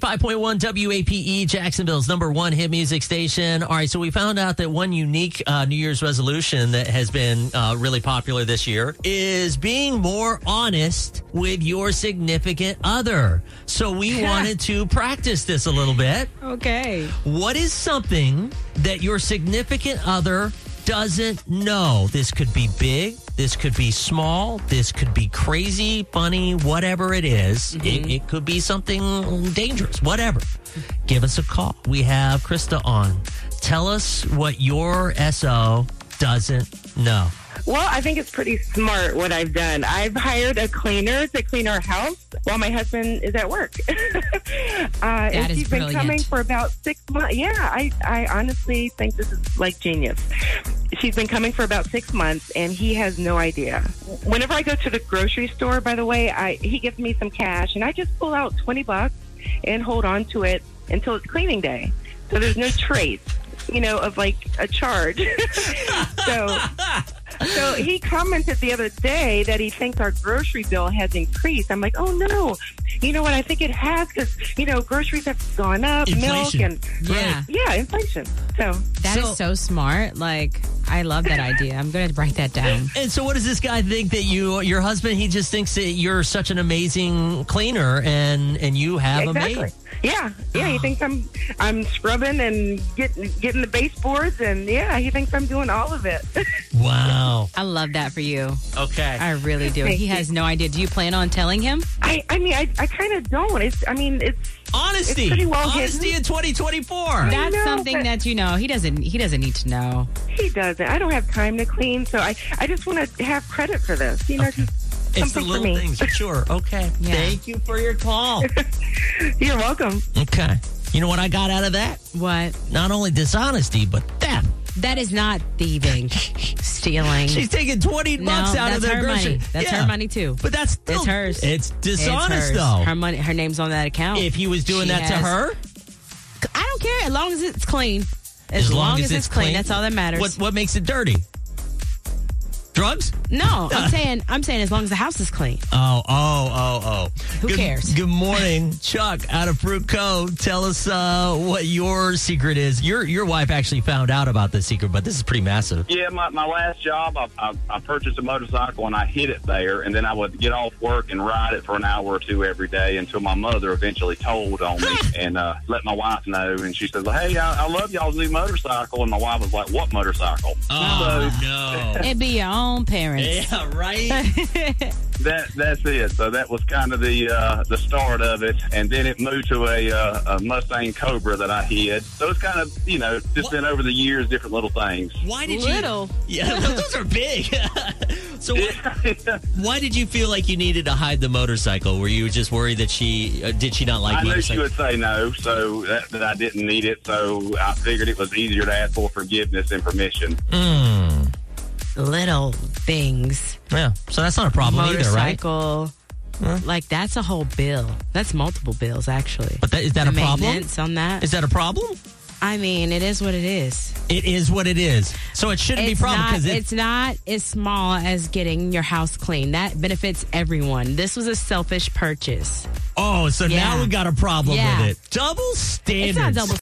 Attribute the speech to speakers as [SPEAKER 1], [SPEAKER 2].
[SPEAKER 1] 95.1 WAPE, E, Jacksonville's number one hit music station. All right, so we found out that one unique uh, New Year's resolution that has been uh, really popular this year is being more honest with your significant other. So we wanted to practice this a little bit.
[SPEAKER 2] Okay.
[SPEAKER 1] What is something that your significant other doesn't know? This could be big. This could be small. This could be crazy, funny, whatever it is. It, it could be something dangerous, whatever. Give us a call. We have Krista on. Tell us what your SO doesn't know.
[SPEAKER 3] Well, I think it's pretty smart what I've done. I've hired a cleaner to clean our house while my husband is at work. uh, and
[SPEAKER 2] is
[SPEAKER 3] she's been
[SPEAKER 2] brilliant.
[SPEAKER 3] coming for about six months. Yeah, I, I honestly think this is like genius. She's been coming for about six months, and he has no idea. Whenever I go to the grocery store, by the way, I, he gives me some cash, and I just pull out twenty bucks and hold on to it until it's cleaning day. So there's no trace, you know, of like a charge. so so he commented the other day that he thinks our grocery bill has increased. I'm like, oh no, you know what? I think it has because you know groceries have gone up,
[SPEAKER 1] Inflation.
[SPEAKER 3] milk and
[SPEAKER 2] Yeah.
[SPEAKER 3] yeah, inflation. So
[SPEAKER 2] that is so,
[SPEAKER 1] So-
[SPEAKER 2] smart. Like, I love that idea. I'm going to write that down.
[SPEAKER 1] And so, what does this guy think that you, your husband, he just thinks that you're such an amazing cleaner, and and you have a
[SPEAKER 3] exactly,
[SPEAKER 1] maid.
[SPEAKER 3] yeah, yeah. He thinks I'm I'm scrubbing and getting getting the baseboards and yeah, he thinks I'm doing all of it.
[SPEAKER 1] Wow.
[SPEAKER 2] I love that for you.
[SPEAKER 1] Okay.
[SPEAKER 2] I really do.
[SPEAKER 3] Thank
[SPEAKER 2] He
[SPEAKER 3] you.
[SPEAKER 2] has no idea. Do you plan on telling him?
[SPEAKER 3] I I mean I I kind of don't. It's I mean it's
[SPEAKER 1] Honesty.
[SPEAKER 3] It's pretty well
[SPEAKER 1] Honesty
[SPEAKER 3] hidden.
[SPEAKER 1] in 2024.
[SPEAKER 2] That's
[SPEAKER 3] know,
[SPEAKER 2] something
[SPEAKER 3] but-
[SPEAKER 2] that you know he doesn't. He doesn't need to know.
[SPEAKER 3] he doesn't. I don't have time to clean, so I I just want to have credit for this. You know, just
[SPEAKER 1] it's the
[SPEAKER 3] something for
[SPEAKER 1] little
[SPEAKER 3] me.
[SPEAKER 1] things. Sure. Okay.
[SPEAKER 2] Yeah.
[SPEAKER 1] Thank you for your call.
[SPEAKER 3] You're welcome.
[SPEAKER 1] okay. You know what I got out of that?
[SPEAKER 2] What?
[SPEAKER 1] Not only dishonesty, but theft.
[SPEAKER 2] That is not thieving, stealing.
[SPEAKER 1] She's taking 20
[SPEAKER 2] Mm. no,
[SPEAKER 1] bucks out
[SPEAKER 2] that's
[SPEAKER 1] of their
[SPEAKER 2] her
[SPEAKER 1] grocery.
[SPEAKER 2] money. That's
[SPEAKER 1] Yeah.
[SPEAKER 2] her money too.
[SPEAKER 1] But that's still,
[SPEAKER 2] It's hers.
[SPEAKER 1] It's
[SPEAKER 2] It's
[SPEAKER 1] dishonest
[SPEAKER 2] hers.
[SPEAKER 1] though.
[SPEAKER 2] Her money. Her name's on that account.
[SPEAKER 1] if he was doing
[SPEAKER 2] She
[SPEAKER 1] that to
[SPEAKER 2] has-
[SPEAKER 1] her,
[SPEAKER 2] I don't care as long as it's clean. As,
[SPEAKER 1] as long, as, it's clean,
[SPEAKER 2] that's all that matters.
[SPEAKER 1] What what makes it dirty? Drugs?
[SPEAKER 2] No, I'm saying I'm saying as long as the house is clean.
[SPEAKER 1] Oh, oh, oh, oh.
[SPEAKER 2] Who
[SPEAKER 1] good,
[SPEAKER 2] cares?
[SPEAKER 1] Good morning, Chuck out of Fruit Cove. Tell us uh, what your secret is. Your your wife actually found out about this secret, but this is pretty massive.
[SPEAKER 4] Yeah, my, my last job, I, I, I purchased a motorcycle and I hid it there, and then I would get off work and ride it for an hour or two every day until my mother eventually told on me and uh, let my wife know. And she said, "Hey, I, I love y'all's new motorcycle." And my wife was like, "What motorcycle?"
[SPEAKER 1] no.
[SPEAKER 2] It'd be your own parents.
[SPEAKER 1] Oh, yeah, right?
[SPEAKER 4] So that that's it. So that was kind of the uh, the start of it, and then it moved to a, uh, a Mustang Cobra that I hid. So it's kind of you know just
[SPEAKER 1] What?
[SPEAKER 4] been over the years, different little things.
[SPEAKER 1] Why did
[SPEAKER 2] Little.
[SPEAKER 1] you Yeah, those are big. so why, why did you feel like you needed to hide the motorcycle? Were you just worried that she uh, did she not like
[SPEAKER 4] I knew she
[SPEAKER 1] motorcycles?
[SPEAKER 4] would say no, so that, that I didn't need it. So I figured it was easier to ask for forgiveness and permission.
[SPEAKER 1] Mm,
[SPEAKER 2] Little things.
[SPEAKER 1] yeah. So that's not a problem either, right?
[SPEAKER 2] Motorcycle. Like that's a whole bill. That's multiple bills actually.
[SPEAKER 1] But that, is that
[SPEAKER 2] The
[SPEAKER 1] a problem?
[SPEAKER 2] maintenance on that.
[SPEAKER 1] Is that a problem?
[SPEAKER 2] I mean, it is what it is.
[SPEAKER 1] It is what it is. So it shouldn't
[SPEAKER 2] It's
[SPEAKER 1] be a problem
[SPEAKER 2] not.
[SPEAKER 1] because
[SPEAKER 2] it's not as small as getting your house clean. That benefits everyone. This was a selfish purchase.
[SPEAKER 1] Oh, so
[SPEAKER 2] Yeah.
[SPEAKER 1] now we got a problem
[SPEAKER 2] Yeah.
[SPEAKER 1] with it. Double standards.
[SPEAKER 2] It's not double